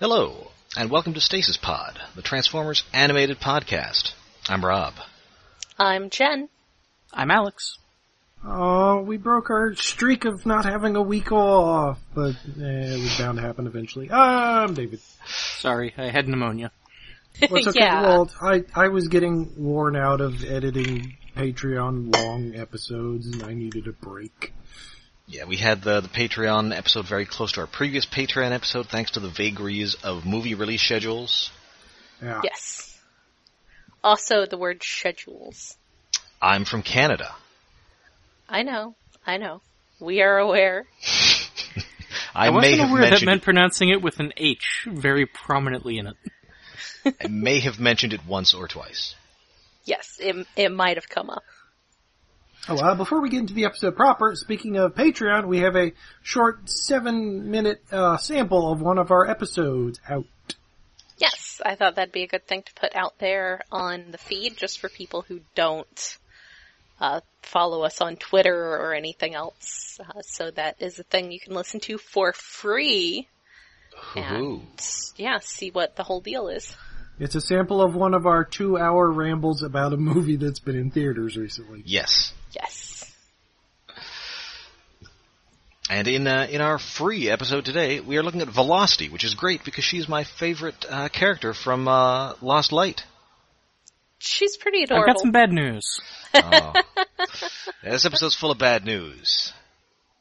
Hello, and welcome to Stasis Pod, the Transformers animated podcast. I'm Rob. I'm Jen. I'm Alex. Oh, we broke our streak of not having a week off, but eh, it was bound to happen eventually. Ah, I'm David. Sorry, I had pneumonia. What's okay, Yeah. Walt? I, I was getting worn out of editing Patreon long episodes and I needed a break. Yeah, we had the, the Patreon episode very close to our previous Patreon episode thanks to the vagaries of movie release schedules. Yeah. Yes. Also, the word schedules. I'm from Canada. I know. I know. We are aware. I, I may wasn't have aware that mentioned meant pronouncing it with an H very prominently in it. it, I may have mentioned it once or twice. Yes, it, it might have come up. Oh, uh, before we get into the episode proper, speaking of Patreon, we have a short seven minute uh, sample of one of our episodes out. Yes, I thought that'd be a good thing to put out there on the feed just for people who don't uh, follow us on Twitter or anything else. Uh, so that is a thing you can listen to for free. Ooh. And yeah, see what the whole deal is. It's a sample of one of our two hour rambles about a movie that's been in theaters recently. Yes. Yes. And in uh, in our free episode today, we are looking at Velocity, which is great because she's my favorite uh, character from uh, Lost Light. She's pretty I've adorable. got some bad news. Oh. Yeah, this episode's full of bad news.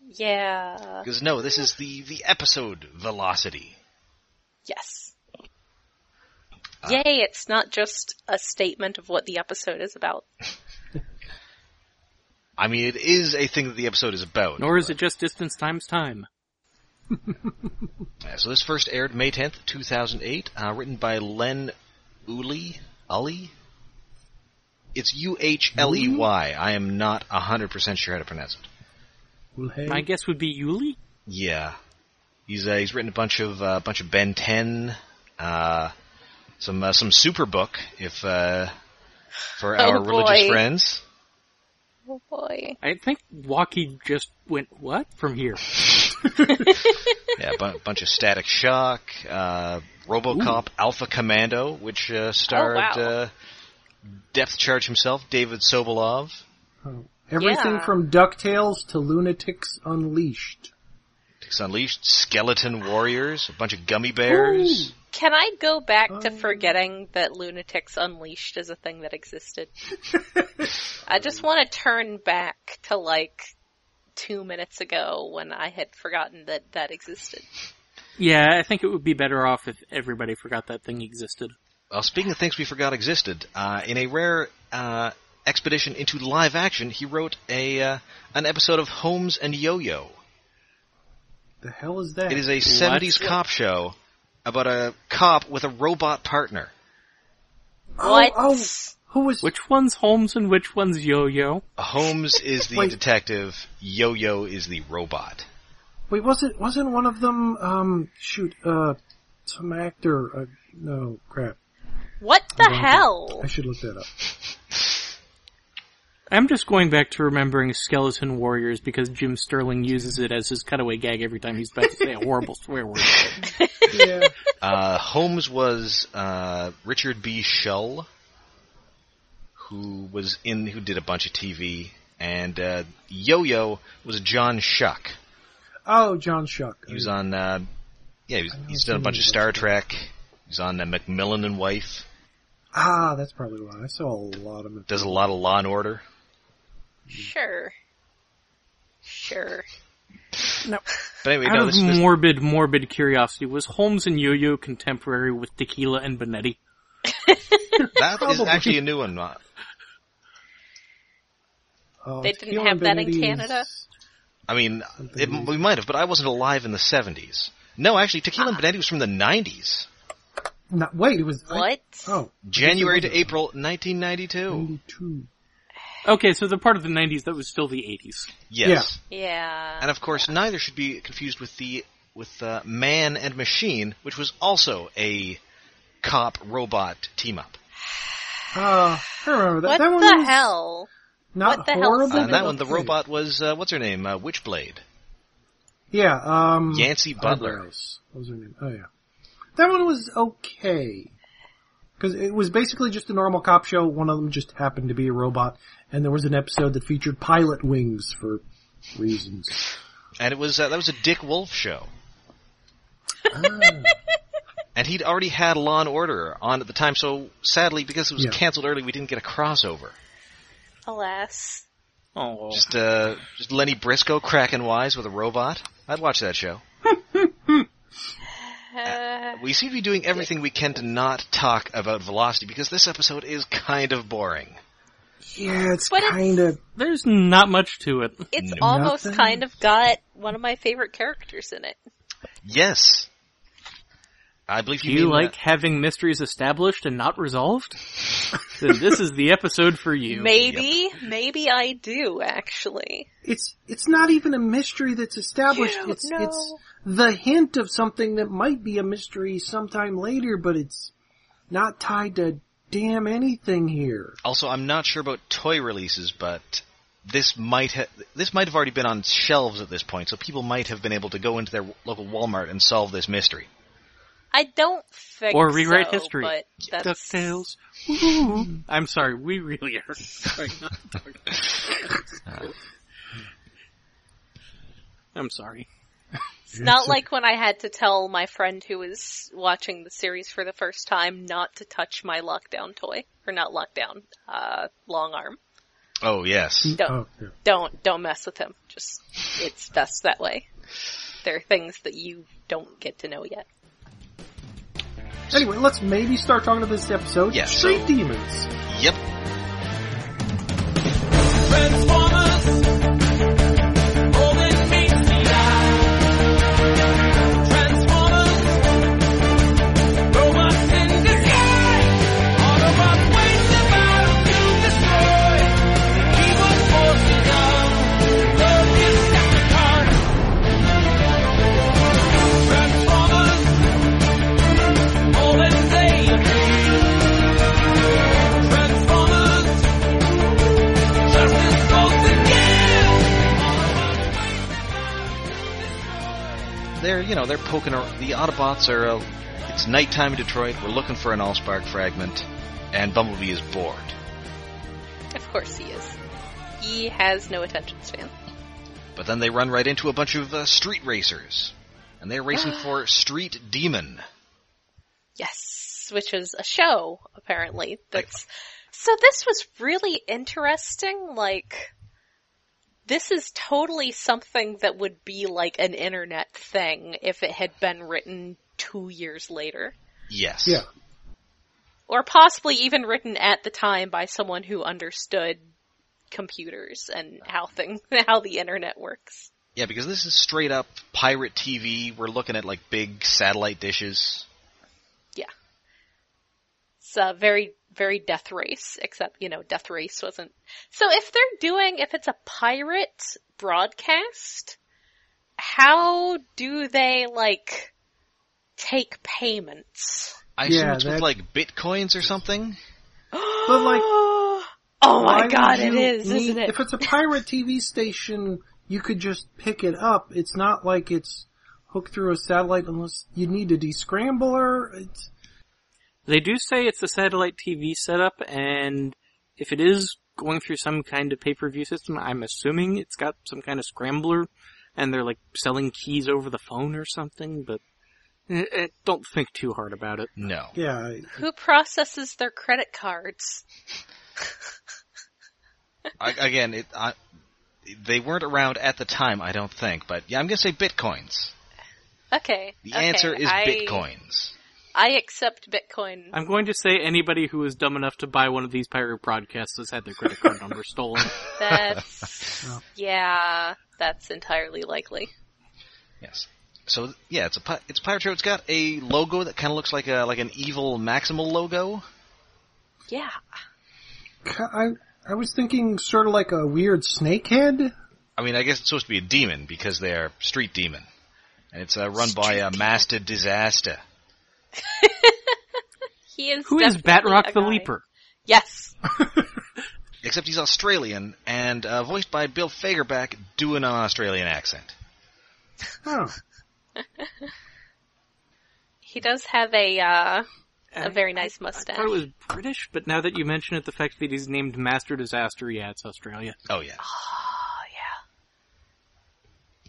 yeah. Because no, this is the the episode Velocity. Yes. Uh, Yay, it's not just a statement of what the episode is about. I mean, it is a thing that the episode is about. Nor is it just distance times time. Uh, so this first aired May 10th, 2008, uh, written by Len Uli. Uli? It's U-H-L-E-Y. E Mm-hmm. I am not 100% sure how to pronounce it. Well, hey. My guess would be Yuli? Yeah. He's, uh, he's written a bunch of, uh, bunch of Ben 10, uh, some, uh, some Superbook, if, uh, for Oh, our religious boy. friends. Oh boy. I think Walkie just went, what? From here. Yeah, a bu- bunch of Static Shock, uh, RoboCop, Alpha Commando, which uh, starred wow. uh, Depth Charge himself, David Sobolov. Oh. Everything Yeah. from DuckTales to Lunatics Unleashed. Dicks Unleashed, Skeleton Warriors, a bunch of gummy bears. Can I go back to Um. forgetting that Lunatics Unleashed is a thing that existed? I just want to turn back to like two minutes ago when I had forgotten that that existed. Yeah, I think it would be better off if everybody forgot that thing existed. Well, speaking of things we forgot existed, uh, in a rare uh, expedition into live action, he wrote a uh, an episode of Holmes and Yo-Yo. The hell is that? It is a 70s cop show about a cop with a robot partner. oh, what? Oh, who was? Which one's Holmes and which one's Yo-Yo? Holmes is the Wait. detective, Yo-Yo is the robot. Wait, wasn't wasn't one of them? Um, shoot, uh, some actor. Uh, no, crap. What the hell? I should look that up. I'm just going back to remembering Skeleton Warriors because Jim Sterling uses it as his cutaway gag every time he's about to say a horrible swear word. Yeah, Uh, Holmes was uh, Richard B. Shull, who was in who did a bunch of TV, and uh, Yo-Yo was John Shuck. Oh, John Shuck. He was on, uh, yeah, he was, he's know done a bunch of who Star Trek. He's on uh, Macmillan and Wife. Ah, that's probably why. I saw a lot of it. Does a lot of Law and Order. Sure. Sure. But anyway, Out no, of this, this morbid, morbid curiosity, was Holmes and Yo-Yo contemporary with Tequila and Benetti? that is Probably. actually a new one. Uh, Uh, They didn't Keelan have that in Bennetti is- Canada? I mean, it, we might have, but I wasn't alive in the '70s. No, actually, Tequila Ah. and Benetti was from the '90s, No, wait, it was I- What? oh, January to April Mm-hmm. 1992. ninety-two. Okay, so the part of the 90s that was still the 80s. Yes. Yeah. Yeah. And of course, neither should be confused with the with uh, Man and Machine, which was also a cop robot team up. Ah, I remember that. What that one the was hell? Not What the hell horrible. Uh, Something that one, the but okay. robot was uh, what's her name, uh, Witchblade, Yeah, um Yancy Butler. Eyebrows. What was her name? Oh yeah. That one was okay. Because it was basically just a normal cop show. One of them just happened to be a robot, and there was an episode that featured pilot wings for reasons. and it was uh, that was a Dick Wolf show, Hmm. and he'd already had Law and Order on at the time. So sadly, because it was Yeah. canceled early, we didn't get a crossover. Alas. Oh, Just uh, just Lenny Briscoe cracking wise with a robot. I'd watch that show. Uh, We seem to be doing everything we can to not talk about Velocity because this episode is kind of boring. Yeah, it's But it's- kind of there's not much to it. it's Nothing. almost kind of got one of my favorite characters in it. Yes, I believe Do you, you mean like having mysteries established and not resolved? then this is the episode for you. Maybe, maybe I do actually. it's it's not even a mystery that's established. You it's know. it's the hint of something that might be a mystery sometime later, but it's not tied to damn anything here. Also, I'm not sure about toy releases, but this might ha- this might have already been on shelves at this point, so people might have been able to go into their local Walmart and solve this mystery. I don't think Or rewrite so, history. But that's Ducktales. Woo. I'm sorry, we really are. trying not to talk about it. I'm sorry. It's not like when I had to tell my friend who was watching the series for the first time not to touch my lockdown toy. Or not lockdown, uh, long arm. Oh yes, Don't, Oh, yeah. don't, don't mess with him. Just, it's best that way. There are things that you don't get to know yet. Anyway, let's maybe start talking about this episode. Yeah, Street so- demons. yep. Transformers. Oh, that meets the eye. Transformers. Robots in disguise. Autobots wait the battle to destroy. The evil forces of the Decepticons. Transformers. Oh, that they agree. Transformers. Justice goes again. They're you know they're poking around. the Autobots are. Uh, it's nighttime in Detroit. We're looking for an Allspark fragment, and Bumblebee is bored. Of course he is. He has no attention span. But then they run right into a bunch of uh, street racers, and they're racing for Street Demon. Yes, which is a show apparently. That's so. This was really interesting. Like, this is totally something that would be like an internet thing if it had been written two years later, Yes. Yeah. or possibly even written at the time by someone who understood computers and how thing how the internet works. Yeah, because this is straight up pirate TV. We're looking at like big satellite dishes. it's a very very death race except you know death race wasn't so if they're doing if it's a pirate broadcast how do they like take payments I Yeah, assume it's with that- like bitcoins or something. But like, oh why my would god it you is need- isn't it If it's a pirate TV station, you could just pick it up. It's not like it's hooked through a satellite unless you need a descrambler. It's, They do say it's a satellite TV setup, and if it is going through some kind of pay-per-view system, I'm assuming it's got some kind of scrambler, and they're like selling keys over the phone or something, but eh, eh, don't think too hard about it. No. yeah, I- who processes their credit cards I, again, it, I, they weren't around at the time, I don't think. But yeah, I'm gonna say bitcoins. okay The okay, answer is I, bitcoins. i accept bitcoin I'm going to say anybody who was dumb enough to buy one of these pirate broadcasts has had their credit card number stolen. that's yeah that's entirely likely Yes. So yeah, it's a pi- it's a pirate show. It's got a logo that kind of looks like a like an evil Maximal logo. yeah I, I was thinking sort of like a weird snake head. I mean, I guess it's supposed to be a demon because they're street demon, and it's uh, run by a master disaster. he is Who is definitely a Batrock the guy. Leaper? yes Except he's Australian and uh, voiced by Bill Fagerback doing an Australian accent. Oh. He does have a uh, a very nice I mustache. thought it was British, but now that you mention it, the fact that he's named Master Disaster, yeah, it's Australia. Oh yeah. Oh yeah.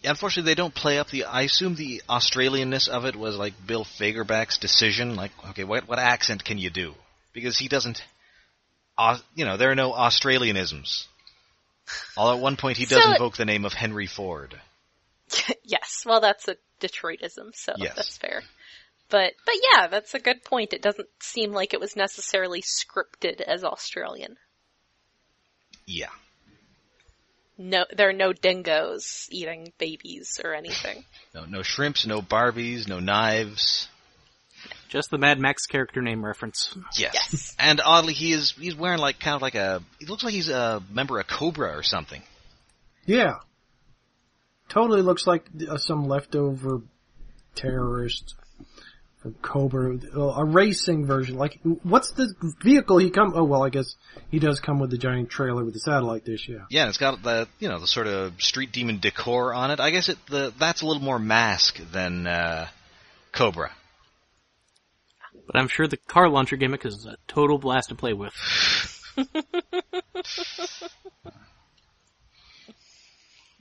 Unfortunately, they don't play up the. I assume the Australianness of it was like Bill Fagerback's decision. Like, okay, what what accent can you do? Because he doesn't. Aus- You know, there are no Australianisms. Although at one point he does So- invoke the name of Henry Ford. yes. Well, that's a Detroitism, so Yes. that's fair. But but yeah, that's a good point. It doesn't seem like it was necessarily scripted as Australian. Yeah. No, there are no dingoes eating babies or anything. No, no shrimps, no Barbies, no knives. Just the Mad Max character name reference. Yes. Yes. And oddly, he is he's wearing like kind of like a. He looks like he's a member of Cobra or something. Yeah. Totally looks like uh, some leftover terrorist from Cobra, uh, a racing version. Like, what's the vehicle he come? Oh well, I guess he does come with the giant trailer with the satellite dish. Yeah. Yeah, and it's got the you know the sort of street demon decor on it. I guess it the that's a little more mask than uh, Cobra. But I'm sure the car launcher gimmick is a total blast to play with.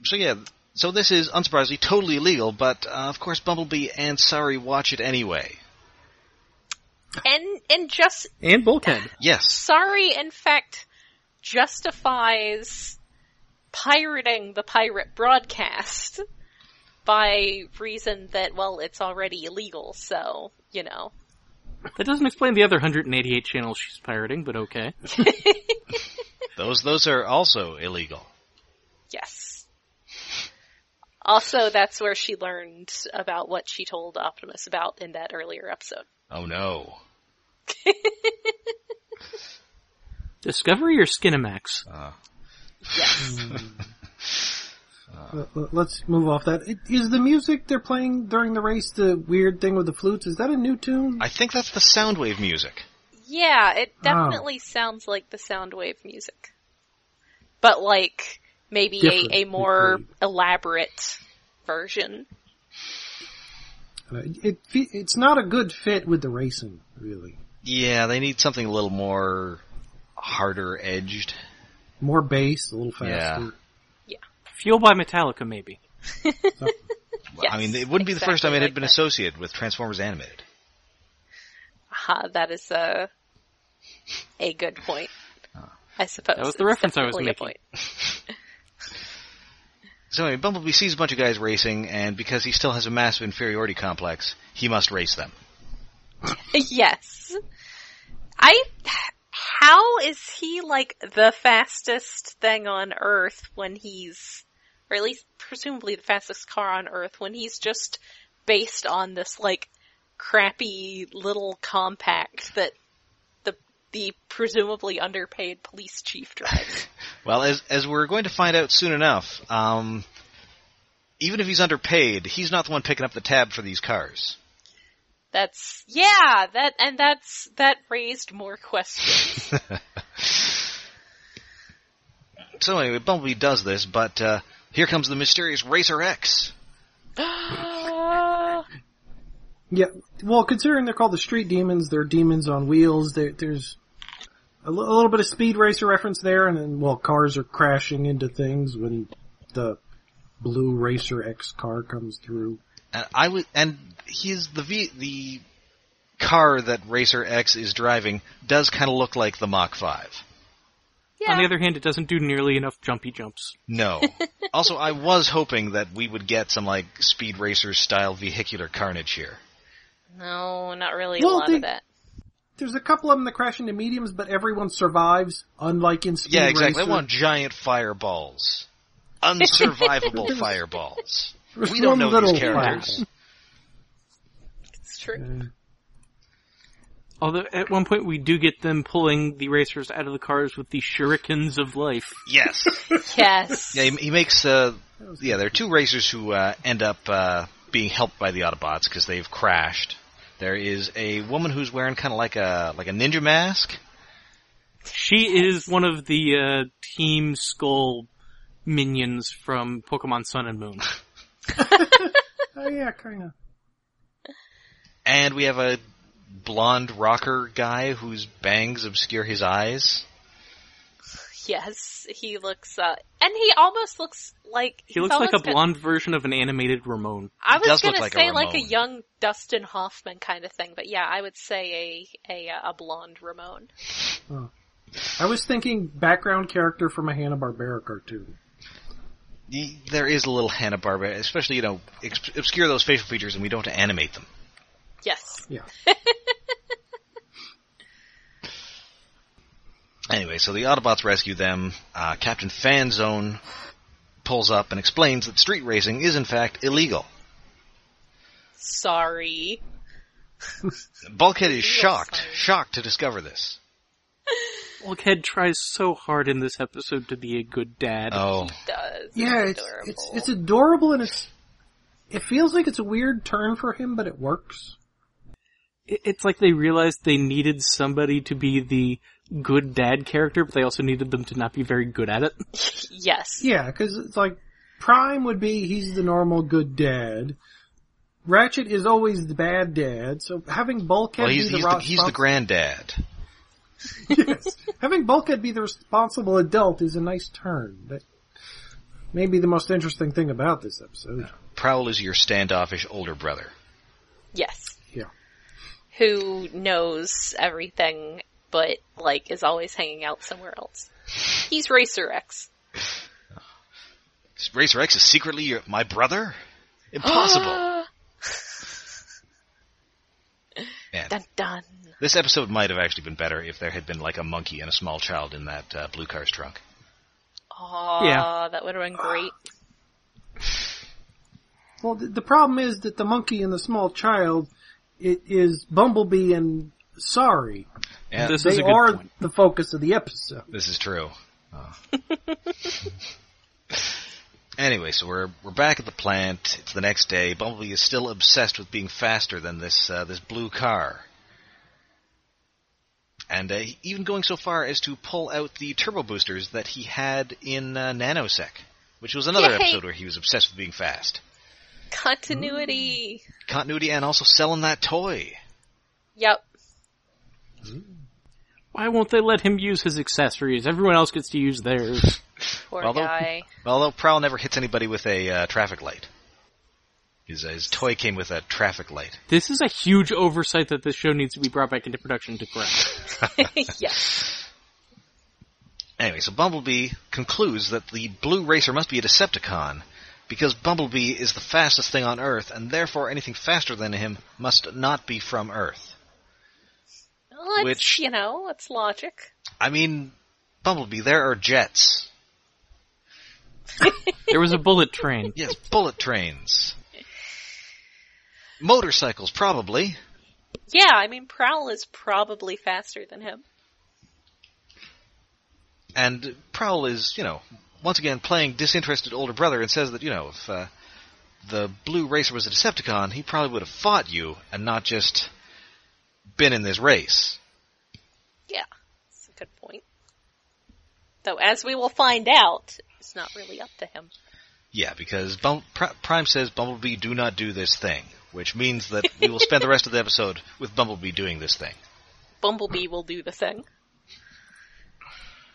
So yeah, so this is unsurprisingly totally illegal, but uh, of course Bumblebee and Sorry watch it anyway. and and just And Bulkhead. Yes, sorry, in fact, justifies pirating the pirate broadcast by reason that well, it's already illegal, so you know. That doesn't explain the other 188 channels she's pirating, but okay. those those are also illegal. Yes. Also, that's where she learned about what she told Optimus about in that earlier episode. Oh no. Discovery or Skinamax? Uh, Yes. Uh, l- Let's move off that. It- Is the music they're playing during the race the weird thing with the flutes? Is that a new tune? I think that's the Soundwave music. yeah, it Oh. definitely sounds like the Soundwave music. But like, maybe Different, a, a more different. elaborate version. Uh, It, fe- it's not a good fit with the racing, really. Yeah, they need something a little more harder edged. More bass, a little Yeah. faster. Fuel by Metallica, maybe. Yes, I mean, it wouldn't be the first time it exactly had like been that. associated with Transformers Animated. Aha, that is a a good point. Ah. I suppose That was the it's reference I was definitely a making. point. So anyway, Bumblebee sees a bunch of guys racing, and because he still has a massive inferiority complex, he must race them. yes, I. How is he like the fastest thing on Earth when he's, or at least presumably the fastest car on Earth when he's just based on this like crappy little compact that the the presumably underpaid police chief drives. Well, as as we're going to find out soon enough, um, even if he's underpaid, he's not the one picking up the tab for these cars. That's yeah, that and that's that raised more questions. So anyway, Bumblebee does this, but uh, here comes the mysterious Racer X. yeah, Yeah. Well, considering they're called the street demons, they're demons on wheels. There there's a li- a little bit of speed racer reference there, and then well, cars are crashing into things when the blue racer X car comes through. And I w- and he's the v- the car that Racer X is driving does kind of look like the Mach Five. On the other hand, it doesn't do nearly enough jumpy jumps. No. also, I was hoping that we would get some like Speed Racer style vehicular carnage here. no, not really Well, a lot they- of that. There's a couple of them that crash into mediums, but everyone survives. Unlike in speed Yeah, exactly. racer, I want giant fireballs, unsurvivable fireballs. There's We don't know one these little characters. It's true. one. Uh, Although, at one point, we do get them pulling the racers out of the cars with the shurikens of life. Yes. Yes. Yeah, he, he makes. Uh, yeah, there are two racers who uh, end up uh, being helped by the Autobots because they've crashed. There is a woman who's wearing kind of like a like a ninja mask. She is one of the uh, Team Skull minions from Pokemon Sun and Moon. oh yeah, kind of. And we have a blonde rocker guy whose bangs obscure his eyes. Yes, he looks, uh, and he almost looks like He he's looks like almost a got- blonde version of an animated Ramon. I He was does look gonna like a say like a Ramon. young Dustin Hoffman kind of thing, but yeah, I would say a a uh, a blonde Ramon. I was thinking background character from a Hanna Barbera cartoon. Y- There is a little Hanna Barbera, especially you know, ex- obscure those facial features, and we don't have to animate them. Yes, Yeah. Anyway, so the Autobots rescue them. Uh, Captain Fanzone pulls up and explains that street racing is in fact illegal. sorry. Bulkhead is shocked, sorry. shocked to discover this. Bulkhead tries so hard in this episode to be a good dad. Oh, Does Yeah, it's it's, adorable. it's, it's adorable and it's, it feels like it's a weird turn for him, but it works. It- It's like they realized they needed somebody to be the good dad character, but they also needed them to not be very good at it. yes, Yeah, cause it's like, Prime would be, he's the normal good dad. Ratchet is always the bad dad, so having Bulkhead well, he's be the, he's the, ro- he's the granddad. yes. Having Bulkhead be the responsible adult is a nice turn. That may be the most interesting thing about this episode. Prowl is your standoffish older brother. yes. Yeah. Who knows everything, but like is always hanging out somewhere else. He's Racer X. Racer X is secretly your, my brother? Impossible. Man, dun dun. this episode might have actually been better if there had been like a monkey and a small child in that uh, blue car's trunk. Aw, Yeah. that would have been great. Well, the, the problem is that the monkey and the small child it is Bumblebee and Sorry. Yeah, This They is a good are point. the focus of the episode. This is true. Oh. anyway, so we're we're back at the plant. It's the next day. Bumblebee is still obsessed with being faster than this uh, this blue car, and uh, even going so far as to pull out the turbo boosters that he had in uh, Nanosec, which was another Yay! episode where he was obsessed with being fast. Continuity. Continuity and also selling that toy. Yep. Why won't they let him use his accessories? Everyone else gets to use theirs. Poor Although- guy. Although Prowl never hits anybody with a uh, traffic light. His, uh, his toy came with a traffic light. This is a huge oversight that this show needs to be brought back into production to correct. yeah. Anyway, so Bumblebee concludes that the blue racer must be a Decepticon because Bumblebee is the fastest thing on Earth, and therefore anything faster than him must not be from Earth. Well, it's, Which- you know, it's logic. I mean, Bumblebee, there are jets. There was a bullet train. Yes, bullet trains. Motorcycles, probably. Yeah, I mean, Prowl is probably faster than him. And Prowl is, you know, once again playing disinterested older brother and says that, you know, if uh, the blue racer was a Decepticon, he probably would have fought you and not just been in this race. Yeah, that's a good point. Though, as we will find out, it's not really up to him. Yeah, because Bum- Pri- Prime says Bumblebee do not do this thing, which means that we will spend the rest of the episode with Bumblebee doing this thing. Bumblebee will do the thing.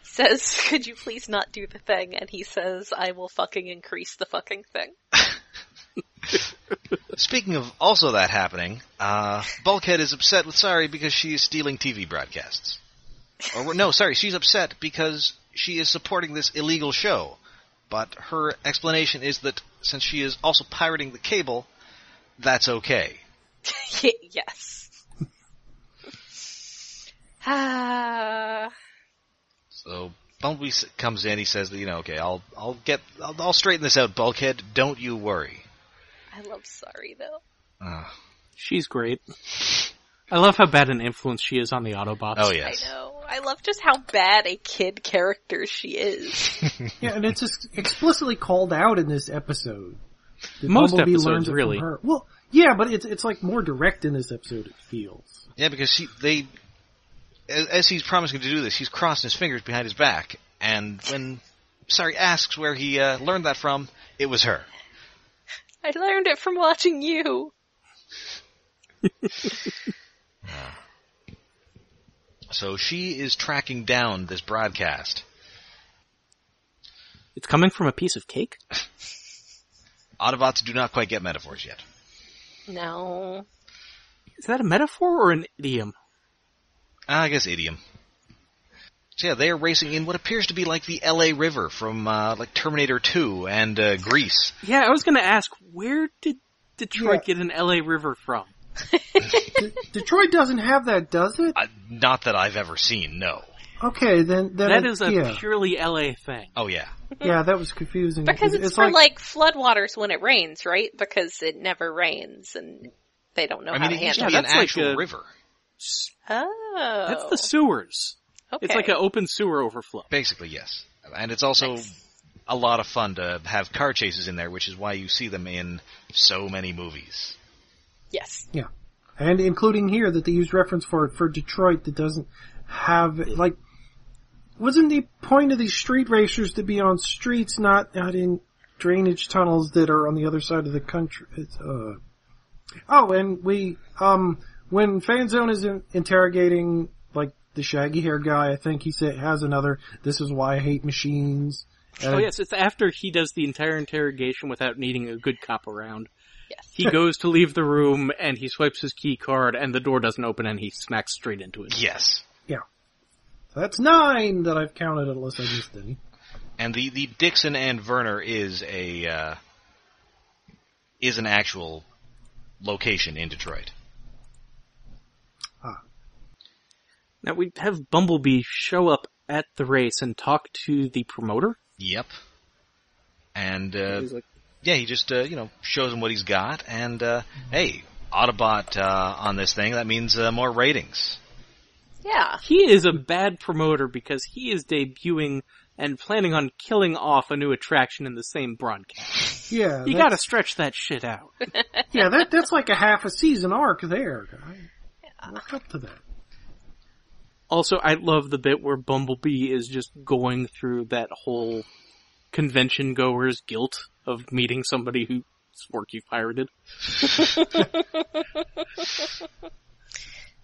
He says, could you please not do the thing? And he says, I will fucking increase the fucking thing. Speaking of also that happening, uh, Bulkhead is upset with Sari because she is stealing TV broadcasts. Or no, sorry, she's upset because she is supporting this illegal show. But her explanation is that since she is also pirating the cable, that's okay. yes. Ah, So Bumblebee s- comes in. He says that you know, okay, I'll I'll get I'll, I'll straighten this out, Bulkhead. Don't you worry. I love sorry though. Uh, She's great. I love how bad an influence she is on the Autobots. oh yes. I know. I love just how bad a kid character she is. Yeah, and it's just explicitly called out in this episode. that Most Bumblebee episodes, learns it from really. her. Well, yeah, but it's it's like more direct in this episode. It feels. Yeah, because she they as, as he's promising to do this, he's crossing his fingers behind his back, and when sorry asks where he uh, learned that from, it was her. I learned it from watching you. So she is tracking down this broadcast. It's coming from a piece of cake? Autobots do not quite get metaphors yet. Mm-hmm. No. Is that a metaphor or an idiom? Ah, I guess idiom. So yeah, they are racing in what appears to be like the L.A. River from uh, like Terminator 2 and uh, Greece. Yeah, I was gonna ask, where did Detroit Yeah. get an LA River from? D- Detroit doesn't have that, does it? Uh, not that I've ever seen. No. Okay, then, then That it- is a yeah, purely LA thing. Oh yeah. yeah, that was confusing Because it's, for like, floodwaters when it rains, right? Because it never rains and they don't know I how mean, it to used to handle it. be an that's like actual a- river. Oh. That's the sewers. okay. It's like an open sewer overflow. Basically, yes. And it's also a lot of fun to have car chases in there, which is why you see them in so many movies. Yes. and including here that they use reference for for Detroit that doesn't have like wasn't the point of these street racers to be on streets not not in drainage tunnels that are on the other side of the country it's, uh oh and we um when fanzone is in, interrogating like the shaggy haired guy i think he said has another this is why i hate machines Oh yes, it's after he does the entire interrogation without needing a good cop around. Yes. He goes to leave the room and he swipes his key card and the door doesn't open and he smacks straight into it. Yes. that's nine that i've counted unless i missed any And the, the Dixon and Werner is a uh, is an actual location in Detroit. Now we have Bumblebee show up at the race and talk to the promoter. Yep. And uh, He's like, yeah, he just uh, you know shows him what he's got, and uh, hey, Autobot uh, on this thing that means uh, more ratings. Yeah. he is a bad promoter because he is debuting and planning on killing off a new attraction in the same broadcast. yeah You that's- gotta stretch that shit out. yeah, that that's like a half a season arc there. guy. Work up to that. Also, I love the bit where Bumblebee is just going through that whole convention goer's guilt of meeting somebody whose work you pirated.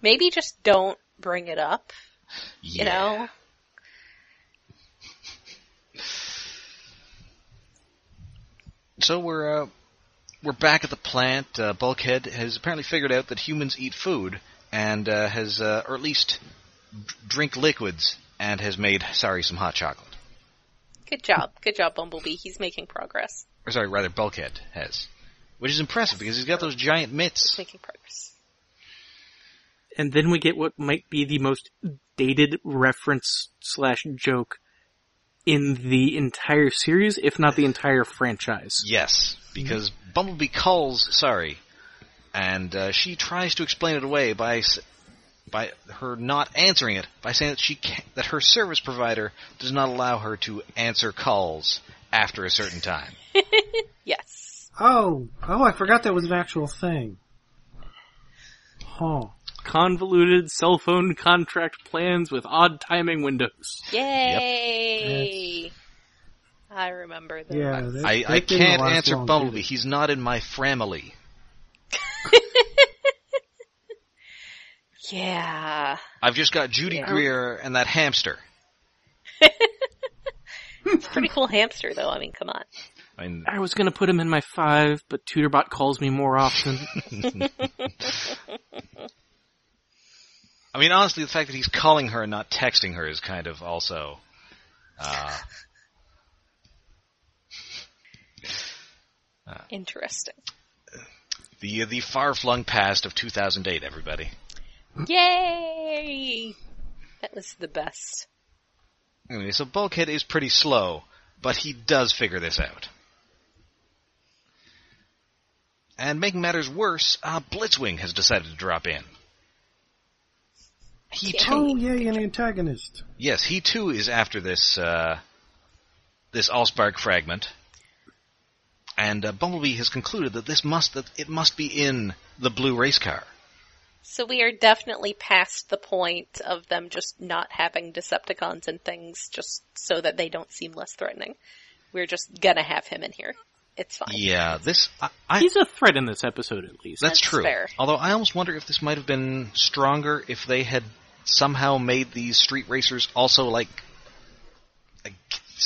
Maybe just don't bring it up, Yeah. you know? So we're uh, we're back at the plant. Uh, Bulkhead has apparently figured out that humans eat food and uh, has, uh, or at least d- drink liquids, and has made sorry some hot chocolate. Good job. Good job, Bumblebee. He's making progress. Or sorry, rather Bulkhead has, which is impressive because he's got those giant mitts. He's making progress. And then we get what might be the most dated reference slash joke in the entire series, if not the entire franchise. Yes, because Bumblebee calls sorry, and uh, she tries to explain it away by s- by her not answering it by saying that she can that her service provider does not allow her to answer calls after a certain time. Yes. Oh, oh, I forgot that was an actual thing. Huh. Convoluted cell phone contract plans with odd timing windows. Yay! I remember that. Yeah, that, I, that I didn't can't last answer long, Bumblebee. did it? He's not in my family. Yeah. I've just got Judy Yeah. Greer and that hamster. Pretty cool hamster though, I mean, come on. I mean, I was gonna put him in my five, but Tutorbot calls me more often. I mean, honestly, the fact that he's calling her and not texting her is kind of also. Uh, Interesting. the the far flung past of 2008, everybody. Yay! That was the best. Anyway, so Bulkhead is pretty slow, but he does figure this out. And making matters worse, uh, Blitzwing has decided to drop in. He Yeah. too, Oh, yay, an antagonist. yes, he too is after this uh, this Allspark fragment, and uh, Bumblebee has concluded that this must that it must be in the blue race car. So we are definitely past the point of them just not having Decepticons and things just so that they don't seem less threatening. We're just gonna have him in here. It's fine. Yeah, this I, I He's a threat in this episode, at least. that's, That's true. fair. Although I almost wonder if this might have been stronger if they had somehow made these street racers also like, like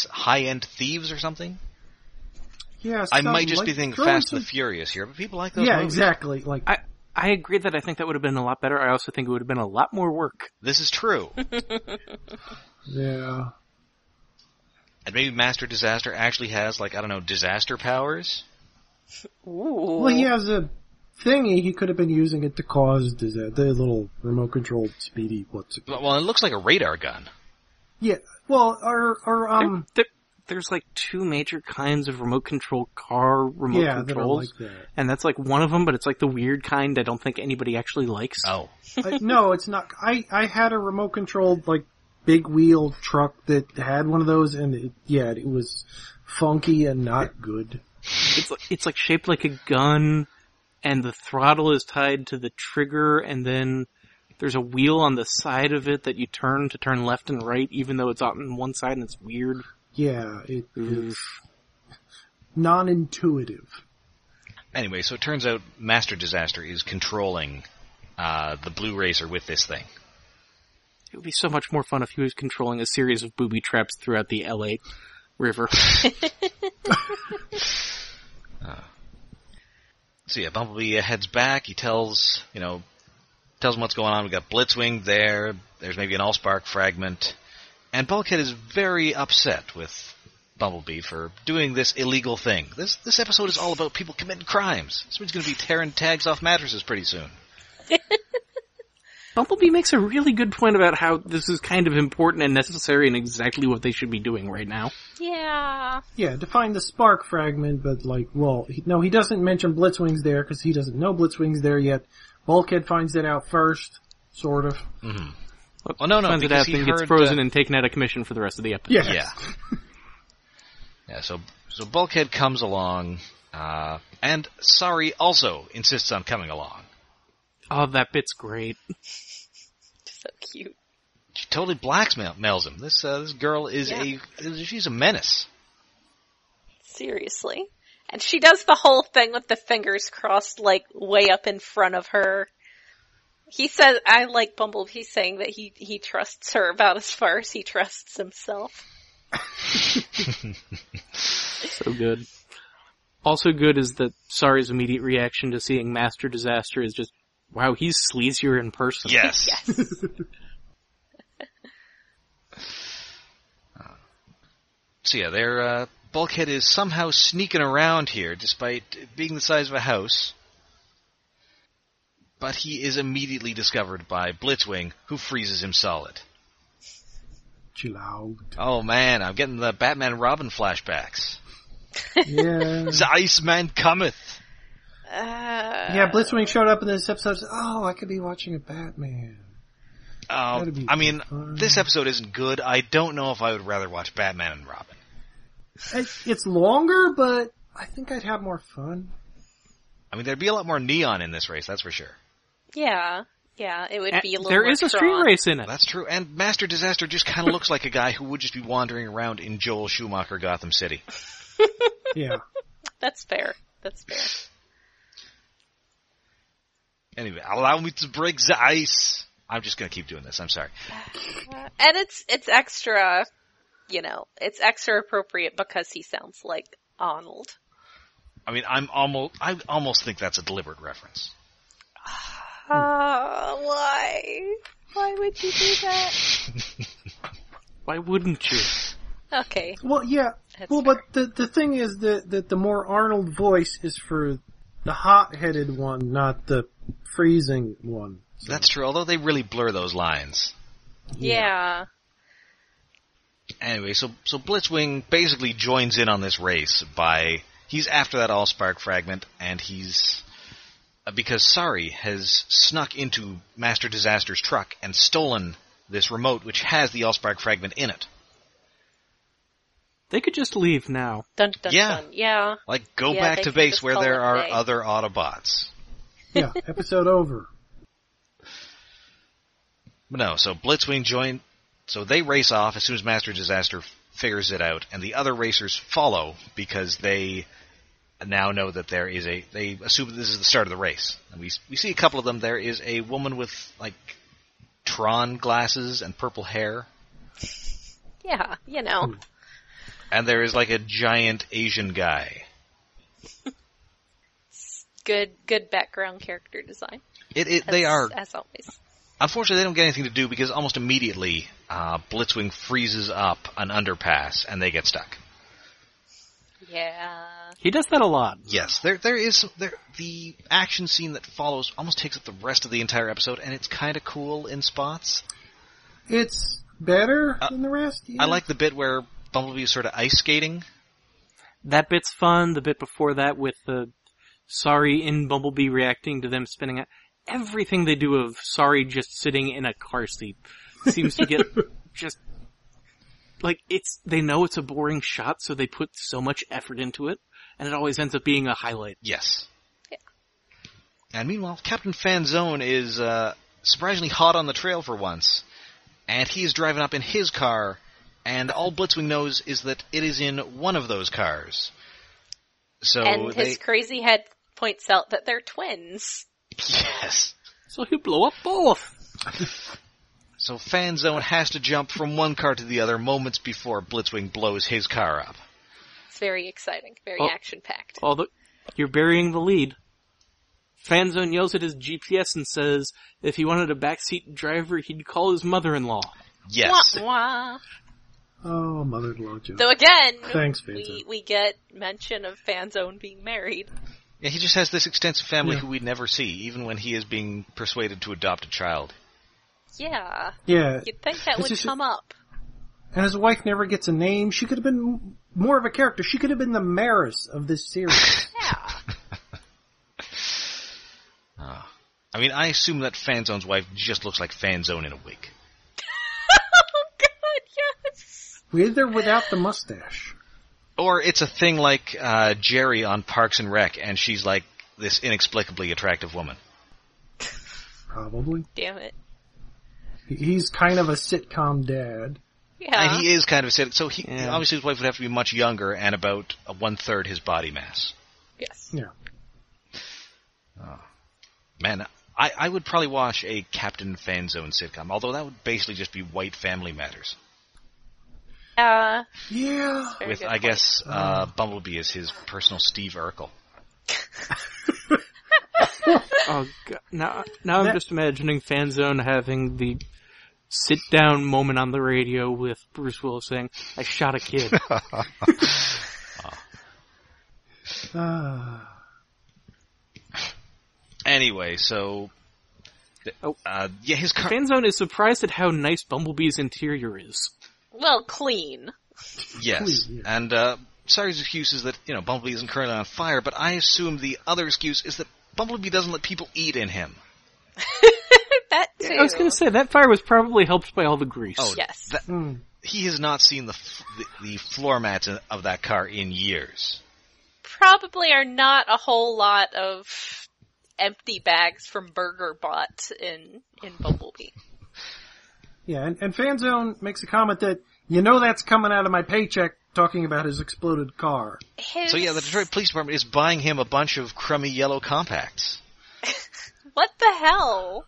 high-end thieves or something. Yeah, I some- might just like, be thinking throw Fast in and the Furious here, but people like some- those. Yeah, movies. exactly. Like I, I agree that I think that would have been a lot better. I also think it would have been a lot more work. This is true. yeah, and maybe Master Disaster actually has like I don't know disaster powers. Ooh. well, he has a thingy. He could have been using it to cause the, the little remote controlled speedy. What's it? But- Well, it looks like a radar gun. Yeah. Well, or or um. There- there's like two major kinds of remote control car remote Yeah, that are controls. like that. and that's like one of them, but it's like the weird kind I don't think anybody actually likes. Oh, I, Uh, no, it's not. I I had a remote controlled like big wheel truck that had one of those, and it, yeah, it was funky and not good. It's like, it's like shaped like a gun, and the throttle is tied to the trigger, and then there's a wheel on the side of it that you turn to turn left and right, even though it's on one side and it's weird. Yeah, it, Mm-hmm. it's non-intuitive. anyway, so it turns out Master Disaster is controlling uh, the Blue Racer with this thing. It would be so much more fun if he was controlling a series of booby traps throughout the LA river. So yeah, Bumblebee heads back. He tells you know tells him what's going on. We got Blitzwing there. There's maybe an Allspark fragment, and Bulkhead is very upset with Bumblebee for doing this illegal thing. This this episode is all about people committing crimes. Someone's going to be tearing tags off mattresses pretty soon. Bumblebee makes a really good point about how this is kind of important and necessary and exactly what they should be doing right now. yeah. Yeah, to find the spark fragment, but like, well, he, no, he doesn't mention Blitzwing's there because he doesn't know Blitzwing's there yet. Bulkhead finds that out first, sort of. Oh no no, Finds it because out he and heard, gets frozen uh, and taken out of commission for the rest of the episode. Yes. Yeah. yeah. So so Bulkhead comes along, uh, and Sorry also insists on coming along. Oh, that bit's great. So cute. She totally blackmails him. This uh, this girl is Yeah. a she's a menace. Seriously. And she does the whole thing with the fingers crossed, like way up in front of her. He says, I like Bumblebee saying that he, he trusts her about as far as he trusts himself. So good. Also good is that Sari's immediate reaction to seeing Master Disaster is just, wow, he's sleazier in person. Yes. Yes. So yeah, their uh, bulkhead is somehow sneaking around here, despite being the size of a house. But he is immediately discovered by Blitzwing, who freezes him solid. Chill out. Oh man, I'm getting the Batman Robin flashbacks. Yeah. The Iceman cometh. Uh, yeah, Blitzwing showed up in this episode. said, Oh, I could be watching a Batman. Uh, That'd be I mean, fun. this episode isn't good. I don't know if I would rather watch Batman and Robin. It, it's longer, but I think I'd have more fun. I mean, there'd be a lot more neon in this race, that's for sure. yeah. Yeah, it would And be a little there more is a street drawn. race in it. That's true. And Master Disaster just kind of looks like a guy who would just be wandering around in Joel Schumacher Gotham City. Yeah. That's fair. That's fair. Anyway, allow me to break the ice. I'm just going to keep doing this. I'm sorry. Uh, and it's, it's extra, you know, it's extra appropriate because he sounds like Arnold. I mean, I'm almost I almost think that's a deliberate reference. Uh, why? Why would you do that? Why wouldn't you? Okay. Well, yeah. That's well, but the the thing is that that the more Arnold voice is for the hot-headed one, not the freezing one. That's true. Although they really blur those lines. Yeah. Anyway, so so Blitzwing basically joins in on this race by he's after that Allspark fragment and he's uh, because Sari has snuck into Master Disaster's truck and stolen this remote which has the Allspark fragment in it. They could just leave now. Dun dun Yeah. dun. Yeah. Like, go Yeah, back they to could base just where call there it are day. other Autobots. Yeah. Episode over. But no, so Blitzwing join. So they race off as soon as Master Disaster f- figures it out, and the other racers follow because they now know that there is a. They assume that this is the start of the race, and we we see a couple of them. There is a woman with like Tron glasses and purple hair, Yeah, you Hmm. know. and there is like a giant Asian guy. Good good background character design. It, it they as- are as always. Unfortunately, they don't get anything to do because almost immediately uh, Blitzwing freezes up an underpass and they get stuck. Yeah. He does that a lot. Yes, there there is there the action scene that follows almost takes up the rest of the entire episode, and it's kind of cool in spots. It's better Uh, than the rest. I like the bit where Bumblebee is sort of ice skating. That bit's fun. The bit before that with the sorry in Bumblebee reacting to them spinning out. Everything they do of sorry just sitting in a car seat seems to get just like it's they know it's a boring shot, so they put so much effort into it, and it always ends up being a highlight. Yes. Yeah. And meanwhile, Captain Fanzone is uh, surprisingly hot on the trail for once, and he is driving up in his car, and all Blitzwing knows is that it is in one of those cars. So and Oh, they his crazy head points out that they're twins. yes. So he'll blow up both. So Fanzone has to jump from one car to the other moments before Blitzwing blows his car up. It's very exciting, very Oh. action packed. Although you're burying the lead. Fanzone yells at his GPS and says if he wanted a backseat driver, he'd call his mother-in-law. Yes. Wah, wah. Oh, mother-in-law Joe. So again, Thanks, we, Fanzone. we get mention of Fanzone being married. Yeah, he just has this extensive family Yeah. who we never see, even when he is being persuaded to adopt a child. Yeah. Yeah, You'd think that would This is- come up. and his wife never gets a name. She could have been m- more of a character. She could have been the Maris of this series. Yeah. I mean, I assume that Fanzone's wife just looks like Fanzone in a wig. oh god, yes. With or without the mustache. Or it's a thing like uh, Jerry on Parks and Rec, and she's like this inexplicably attractive woman. Probably. Damn it. He- He's kind of a sitcom dad. Yeah. And he is kind of a sad, so he Yeah. obviously his wife would have to be much younger and about one third his body mass. yes. Yeah. Man, I, I would probably watch a Captain Fanzone sitcom, although that would basically just be white family matters. Uh, Yeah. very with, good I point. guess, uh, Bumblebee is his personal Steve Urkel. Oh, God. now now I'm That- just imagining Fanzone having the sit down moment on the radio with Bruce Willis saying, "I shot a kid." Ah. Anyway, so. th- Oh. Uh, yeah, his car. Fanzone is surprised at how nice Bumblebee's interior is. Well, clean. yes. yeah. And, uh, Sorry's excuse is that, you know, Bumblebee isn't currently on fire, but I assume the other excuse is that Bumblebee doesn't let people eat in him. that too. I was going to say that fire was probably helped by all the grease. Oh, Yes. that- Hmm. he has not seen the, f- the, the floor mats of that car in years. Probably are not a whole lot of empty bags from Burger Bot in, in Bumblebee. Yeah, and, and Fanzone makes a comment that, you know that's coming out of my paycheck, talking about his exploded car. His, So yeah, the Detroit Police Department is buying him a bunch of crummy yellow compacts. What the hell?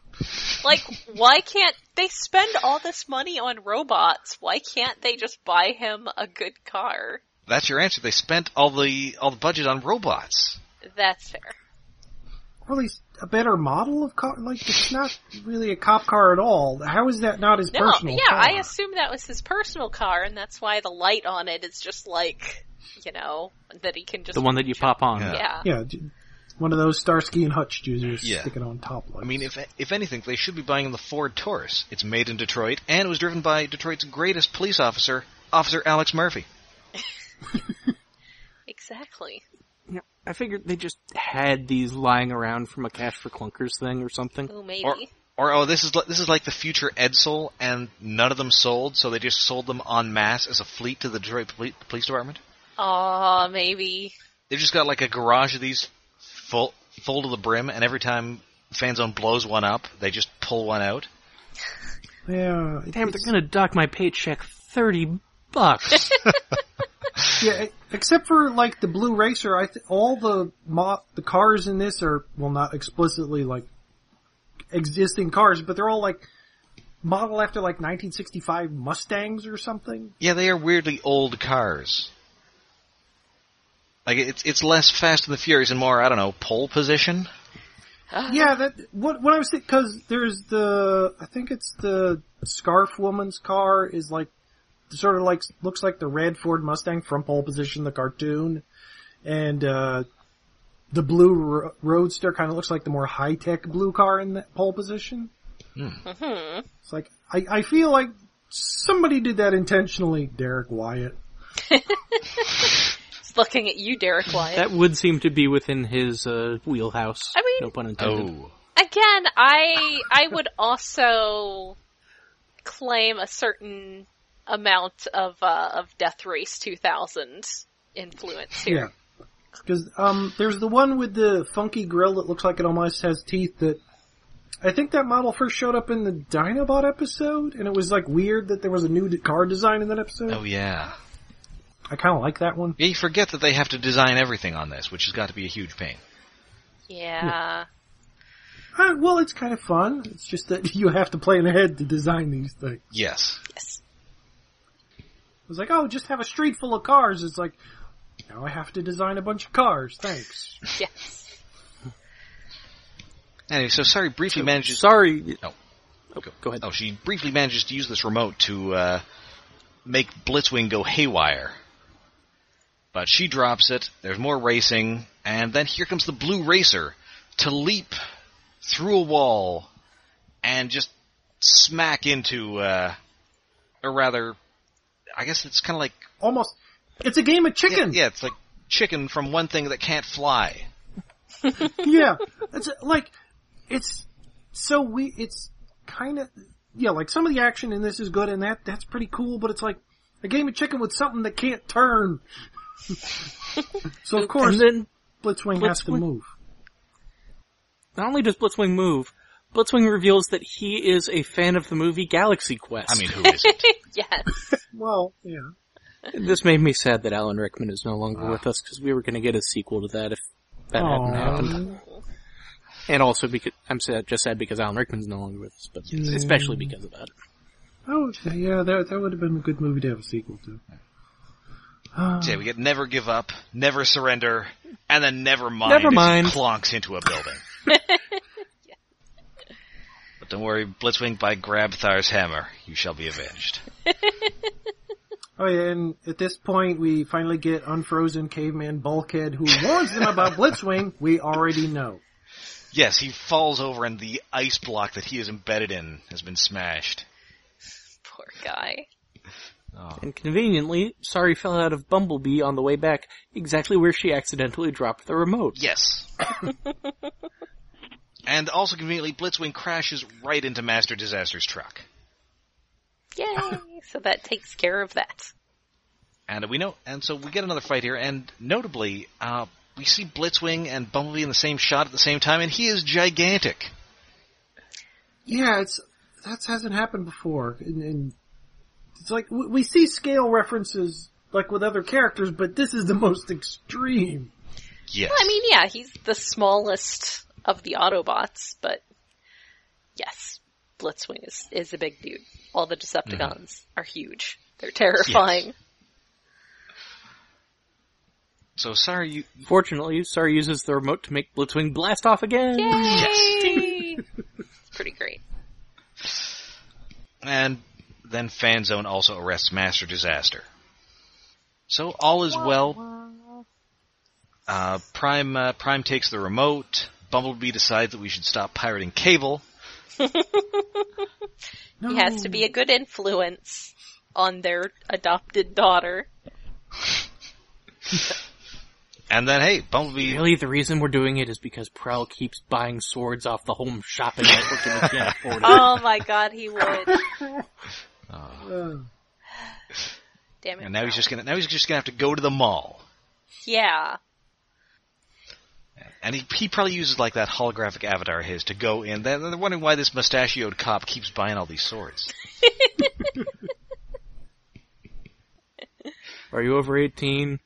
Like, why can't they spend all this money on robots? Why can't they just buy him a good car? That's your answer. They spent all the all the budget on robots. That's fair. Or at least a better model of car. Like, it's not really a cop car at all. How is that not his No, personal yeah, car? I assume that was his personal car, and that's why the light on it is just like, you know, that he can just the one that you pop on. Yeah. yeah. Yeah, j- one of those Starsky and Hutch users Yeah. sticking on top lights. I mean, if if anything, they should be buying him the Ford Taurus. It's made in Detroit and was driven by Detroit's greatest police officer, Officer Alex Murphy. Exactly. Yeah, I figured they just had these lying around from a cash for clunkers thing or something. Ooh, maybe. Or or oh, this is li- this is like the future Edsel, and none of them sold, so they just sold them en masse as a fleet to the Detroit Poli- Police Department. Aw, maybe. They've just got like a garage of these full full to the brim, and every time Fanzone blows one up, they just pull one out. yeah, it- Damn, they're going to dock my paycheck thirty bucks. Yeah, e- except for like the blue racer, I th- all the mo- the cars in this are well not explicitly like existing cars, but they're all like modeled after like 1965 Mustangs or something. Yeah, they are weirdly old cars. Like it's it's less Fast and the Furious and more I don't know pole position. Yeah, that what what I was thinking because there's the I think it's the scarf woman's car is like sort of like looks like the red Ford Mustang from Pole Position, the cartoon, and uh, the blue ro- Roadster kind of looks like the more high tech blue car in that Pole Position. hmm It's like I I feel like somebody did that intentionally, Derek Wyatt. Just looking at you, Derek Wyatt. That would seem to be within his uh, wheelhouse. I mean- no pun intended. Oh, Again, I I would also claim a certain amount of uh, of Death Race 2000 influence here. Yeah. Because um, there's the one with the funky grill that looks like it almost has teeth that I think that model first showed up in the Dinobot episode, and it was like weird that there was a new d- car design in that episode. oh yeah. I kind of like that one. Yeah, you forget that they have to design everything on this, which has got to be a huge pain. Yeah. Uh, well, it's kind of fun. It's just that you have to plan ahead to design these things. Yes. Yes. It was like, oh, just have a street full of cars. It's like, now I have to design a bunch of cars. Thanks. Yes. Anyway, so Sari briefly manages. Sorry. No. Oh, go ahead. Oh, she briefly manages to use this remote to uh, make Blitzwing go haywire. But she drops it. There's more racing, and then here comes the blue racer to leap through a wall and just smack into, uh, or rather, I guess it's kind of like Almost. It's a game of yeah, chicken. yeah, it's like chicken from one thing that can't fly. yeah, it's like it's so we. It's kind of yeah. Like some of the action in this is good, and that that's pretty cool. But it's like a game of chicken with something that can't turn. so of course, And then Blitzwing, has to Blitzwing- move. not only does Blitzwing move, Blitzwing reveals that he is a fan of the movie Galaxy Quest. I mean, who isn't? Yes. Well, yeah, this made me sad that Alan Rickman is no longer Ah. with us because we were going to get a sequel to that if that hadn't Aw. happened. And also because I'm sad, just sad because Alan Rickman's no longer with us, but especially because of that. that would yeah that that would have been a good movie to have a sequel to. Uh, Yeah, we get never give up, never surrender, and then never mind. Never as he mind. Plonks into a building. But don't worry, Blitzwing, by Grabthar's hammer, you shall be avenged. oh yeah, and at this point we finally get unfrozen caveman Bulkhead who warns them about Blitzwing. We already know. Yes, he falls over and the ice block that he is embedded in has been smashed. Poor guy. Oh. And conveniently, Sorry fell out of Bumblebee on the way back, exactly where she accidentally dropped the remote. Yes. and also conveniently, Blitzwing crashes right into Master Disaster's truck. Yay. so that takes care of that. And we know, and so we get another fight here, and notably, uh, we see Blitzwing and Bumblebee in the same shot at the same time, and he is gigantic. Yeah, it's that hasn't happened before, and, and it's like we, we see scale references like with other characters, but this is the most extreme. Yes. Well, I mean, yeah, he's the smallest of the Autobots, but yes, Blitzwing is, is a big dude. All the Decepticons are huge. They're terrifying. so sorry you. Fortunately, Sorry uses the remote to make Blitzwing blast off again. Yay! it's pretty great. And then Fanzone also arrests Master Disaster. So all is well. Uh, Prime uh, Prime takes the remote. Bumblebee decides that we should stop pirating cable. No. He has to be a good influence on their adopted daughter. And then hey, Bumblebee. Really, the reason we're doing it is because Prowl keeps buying swords off the home shopping network and we can't afford it. Oh my god, he would. Uh, Damn it. And now he's just gonna now he's just gonna have to go to the mall. Yeah. And he, he probably uses like that holographic avatar of his to go in. Then they're wondering why this mustachioed cop keeps buying all these swords. Are you over 18?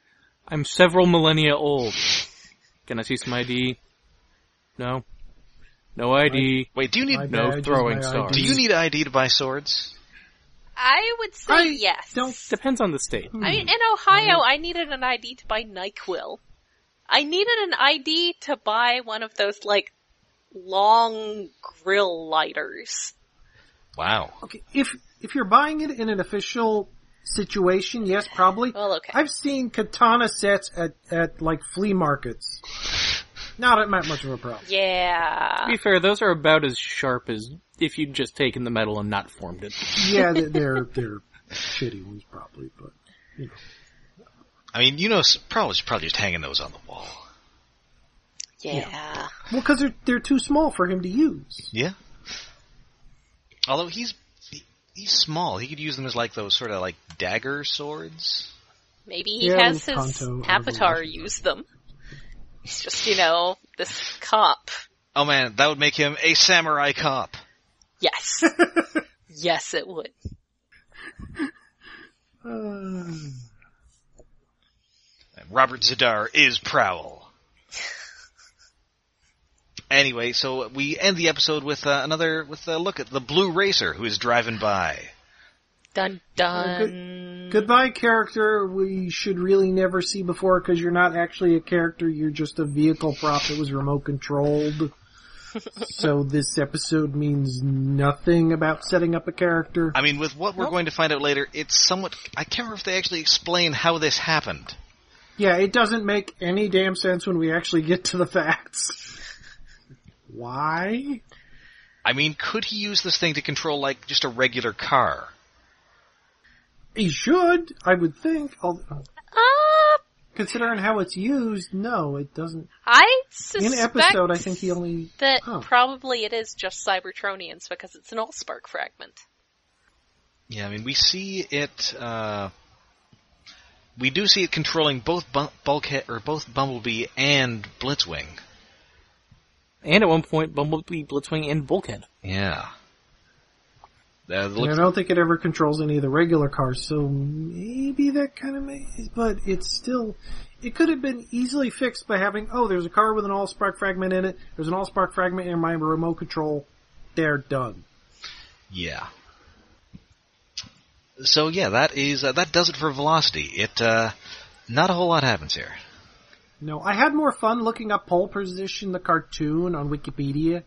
I'm several millennia old. Can I see some ID? No. No ID. Wait, do you need My no badge is throwing my star. do ID. you need ID to buy swords? I would say I yes. don't- Mm. Depends on the state. I mean, in Ohio, I needed an ID to buy NyQuil. I needed an ID to buy one of those, like, long grill lighters. Wow. Okay, if if you're buying it in an official situation, yes, probably. Well, okay. I've seen katana sets at at like flea markets. Not not much of a problem. Yeah. To be fair, those are about as sharp as if you'd just taken the metal and not formed it. Yeah, they- they're they're shitty ones probably, but I mean, you know, s- probably probably just hanging those on the wall. Yeah. well, because they're they're too small for him to use. Yeah. Although he's he, he's small, he could use them as like those sort of like dagger swords. Maybe he Yeah, has little his Tonto avatar evolution. use them. He's just, you know, this cop. Oh man, that would make him a samurai cop. Yes. yes, it would. Uh, Robert Zadar is Prowl. anyway, so we end the episode with uh, another with a look at the blue racer who is driving by. Dun dun. goodbye character we should really never see before because you're not actually a character. You're just a vehicle prop that was remote controlled. so this episode means nothing about setting up a character. I mean, with what we're going to find out later, it's somewhat. I can't remember if they actually explain how this happened. Yeah, it doesn't make any damn sense when we actually get to the facts. Why? I mean, could he use this thing to control like just a regular car? He should, I would think. Although, Ah, considering how it's used, no, it doesn't. I In suspect episode, I think Oh. he only. that Huh. probably it is just Cybertronians because it's an Allspark fragment. Yeah, I mean, we see it. Uh, we do see it controlling both bu- bulkhead or both Bumblebee and Blitzwing. And at one point, Bumblebee, Blitzwing, and Bulkhead. Yeah. Uh, the And I look- don't think it ever controls any of the regular cars, so maybe that kind of makes. But it's still. It could have been easily fixed by having, oh, there's a car with an all spark fragment in it, there's an all spark fragment in my remote control, they're done. yeah. So yeah, that is uh, that does it for Velocity. It uh, not a whole lot happens here. No, I had more fun looking up pole position, the cartoon on Wikipedia,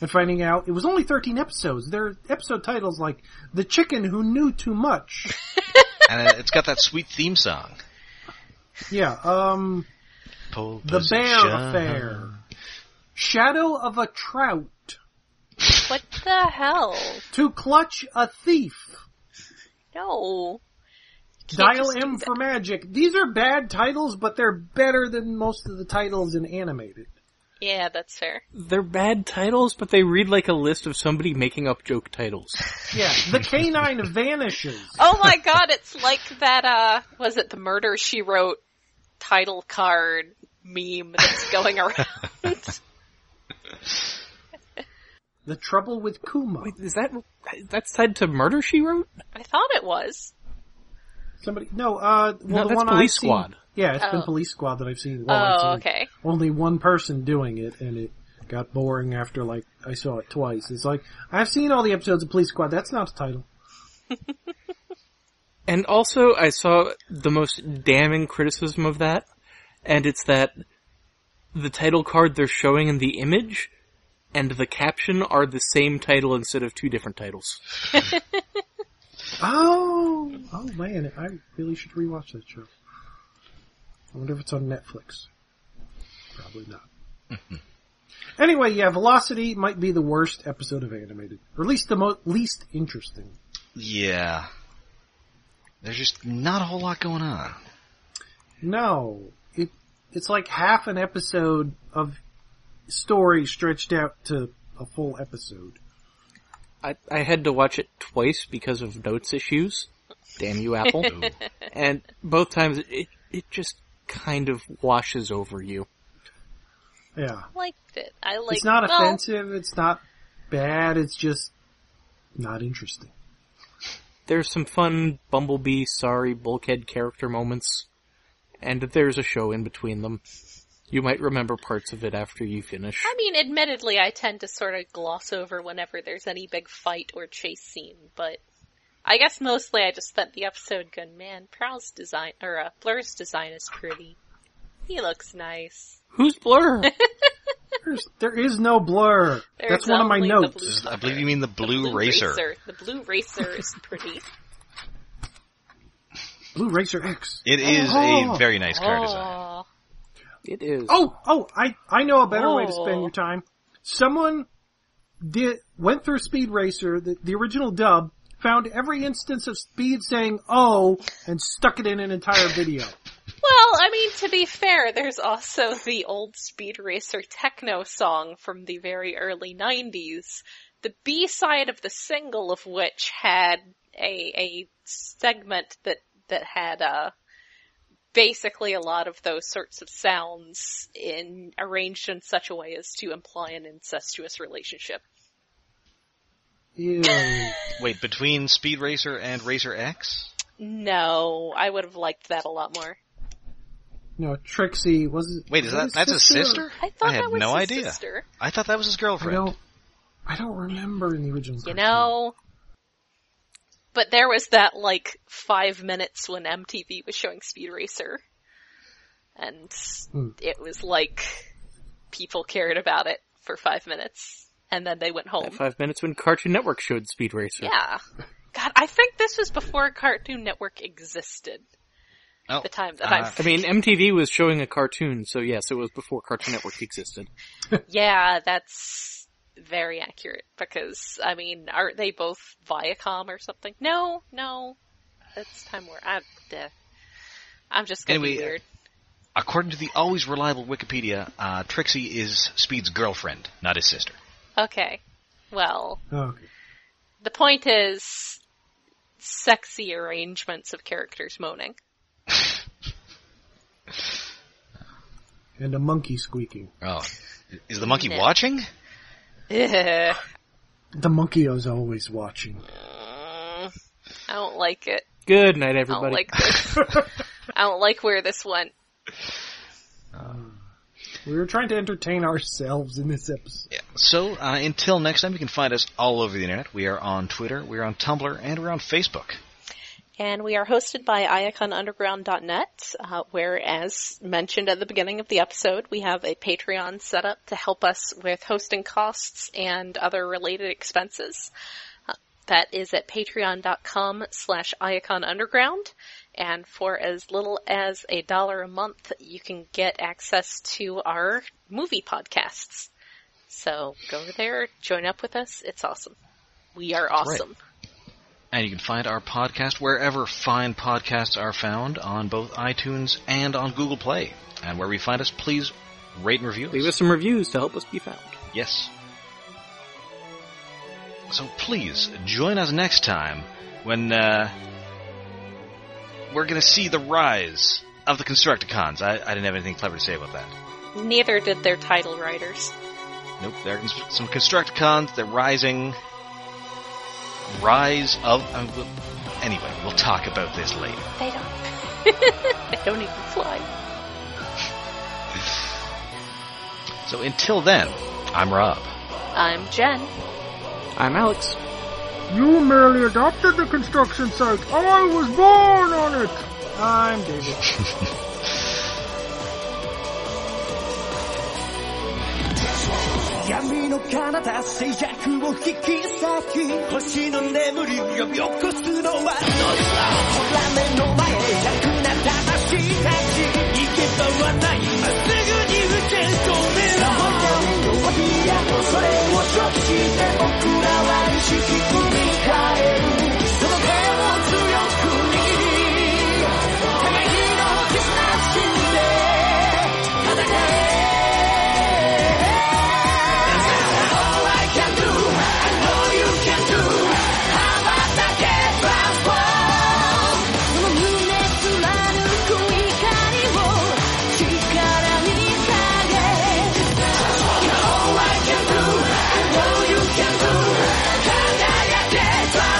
and finding out it was only 13 episodes. There are episode titles like The Chicken Who Knew Too Much. and uh, it's got that sweet theme song. yeah, um, Pole The Bear position. Affair. Shadow of a Trout. What the hell? To Clutch a Thief. No. You can't Dial just do M that. for Magic. These are bad titles, but they're better than most of the titles in animated. Yeah, that's fair. They're bad titles, but they read like a list of somebody making up joke titles. Yeah, The Canine Vanishes. Oh my god, it's like that, uh, was it the murder she wrote title card meme that's going around? The Trouble with Kuma. Wait, is that that's tied to Murder She Wrote? I thought it was. Somebody no, uh, well, No, the that's one Police I've seen- Squad. yeah, it's been Oh. Police Squad that I've seen. Well, I've oh, seen okay. Only one person doing it, and it got boring after like I saw it twice. It's like I've seen all the episodes of Police Squad. That's not the title. And also, I saw the most damning criticism of that, and it's that the title card they're showing in the image and the caption are the same title instead of two different titles. Oh, oh man, I really should rewatch that show. I wonder if it's on Netflix. Probably not. anyway, yeah, Velocity might be the worst episode of animated, or at least the mo- least interesting. Yeah. There's just not a whole lot going on. No, it it's like half an episode of story stretched out to a full episode. I, I had to watch it twice because of notes issues. Damn you, Apple. and both times it, it just kind of washes over you. Yeah, Liked it. I liked it's not well, offensive. It's not bad. It's just not interesting. There's some fun Bumblebee, sorry, Bulkhead character moments, and there's a show in between them. You might remember parts of it after you finish. I mean, admittedly, I tend to sort of gloss over whenever there's any big fight or chase scene, but I guess mostly I just spent the episode going, man, Prowl's design, or uh, Blur's design is pretty. He looks nice. Who's Blur? There's, there is no blur. There's That's one of my only the notes. blue I believe you mean the blue, Blue racer. The blue racer is pretty. Blue Racer X. It is Oh. a very nice car design. Aw. it is. Oh, oh, I, I know a better way to Oh. spend your time. Someone did, went through Speed Racer, the, the original dub, found every instance of Speed saying oh, and stuck it in an entire video. Well, I mean, to be fair, there's also the old Speed Racer techno song from the very early 90s, the B side of the single of which had a, a segment that, that had, uh, basically a lot of those sorts of sounds in, arranged in such a way as to imply an incestuous relationship. Ew. Wait, between Speed Racer and Racer X? No, I would have liked that a lot more. No, Trixie was. Wait, is that his that's his sister? I thought had that was no his idea. sister. I thought that was his I girlfriend. don't. I don't remember in the original. you cartoon. know. But there was that like five minutes when MTV was showing Speed Racer. And it was like people cared about it for five minutes and then they went That home. five minutes when Cartoon Network showed Speed Racer. Yeah. God, I think this was before Cartoon Network existed Oh, at the time that Uh, I mean, MTV was showing a cartoon, so yes, it was before Cartoon Network existed. I'm Yeah, that's very accurate because I mean, aren't they both Viacom or something? No, no. That's time where I uh, I'm just gonna be Anyway, uh, weird. according to the always reliable Wikipedia, uh, Trixie is Speed's girlfriend, not his sister. Okay. Well, Oh, the point is sexy arrangements of characters moaning. and a monkey squeaking. Oh, is the monkey No. watching? Ugh. The monkey is always watching. Uh, I don't like it. Good night, I don't everybody. like this. I don't like where this went. We were trying to entertain ourselves in this episode. Yeah. So uh, until next time, you can find us all over the internet. We are on Twitter, we are on Tumblr, and we're on Facebook. And we are hosted by iaconunderground.net, uh, where, as mentioned at the beginning of the episode, we have a Patreon set up to help us with hosting costs and other related expenses. Uh, that is at patreon.com slash iaconunderground. And for as little as a dollar a month, you can get access to our movie podcasts. So go over there, join up with us. It's awesome. We are right. awesome. And you can find our podcast wherever fine podcasts are found on both iTunes and on Google Play. And where we find us, please rate and review Leave us some reviews to help us be found. Yes. So please join us next time when uh, we're going to see the rise of the Constructicons. I, I didn't have anything clever to say about that. Neither did their title writers. Nope, there are cons- some Constructicons. They're rising. Rise of. Um, we'll- anyway, we'll talk about this later. They don't. they don't even fly. So until then, I'm Rob. I'm Jen. I'm Alex. You merely adopted the construction site. I was born on it. I'm David. 闇の彼方静寂を引き裂き星の眠り呼び起こすのはどっちだほら目の前楽な魂たち行けばはない今すぐに受け止めろ守りたいよいやそれを処置して僕らは意識を見変えるその手を強く握り互いの絆信じて戦え I can do, I know you can do. How about that get transformed? この胸貫く光を力に変え I know you can do. 輝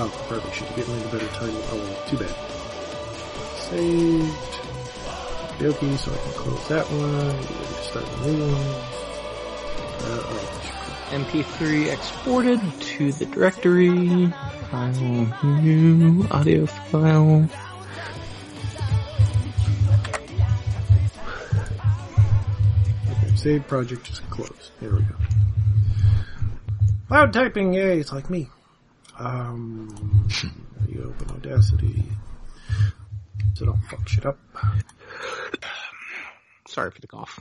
Oh, Should have given it a better title. Oh well, too bad. Saved. Yoki, so I can close that one. Get ready to Start the new one. Uh, oh, MP3 exported to the directory. File new audio file. okay, save project is closed. There we go. Loud typing, yay, it's like me. Um, you open Audacity. So don't fuck shit up. Sorry for the cough.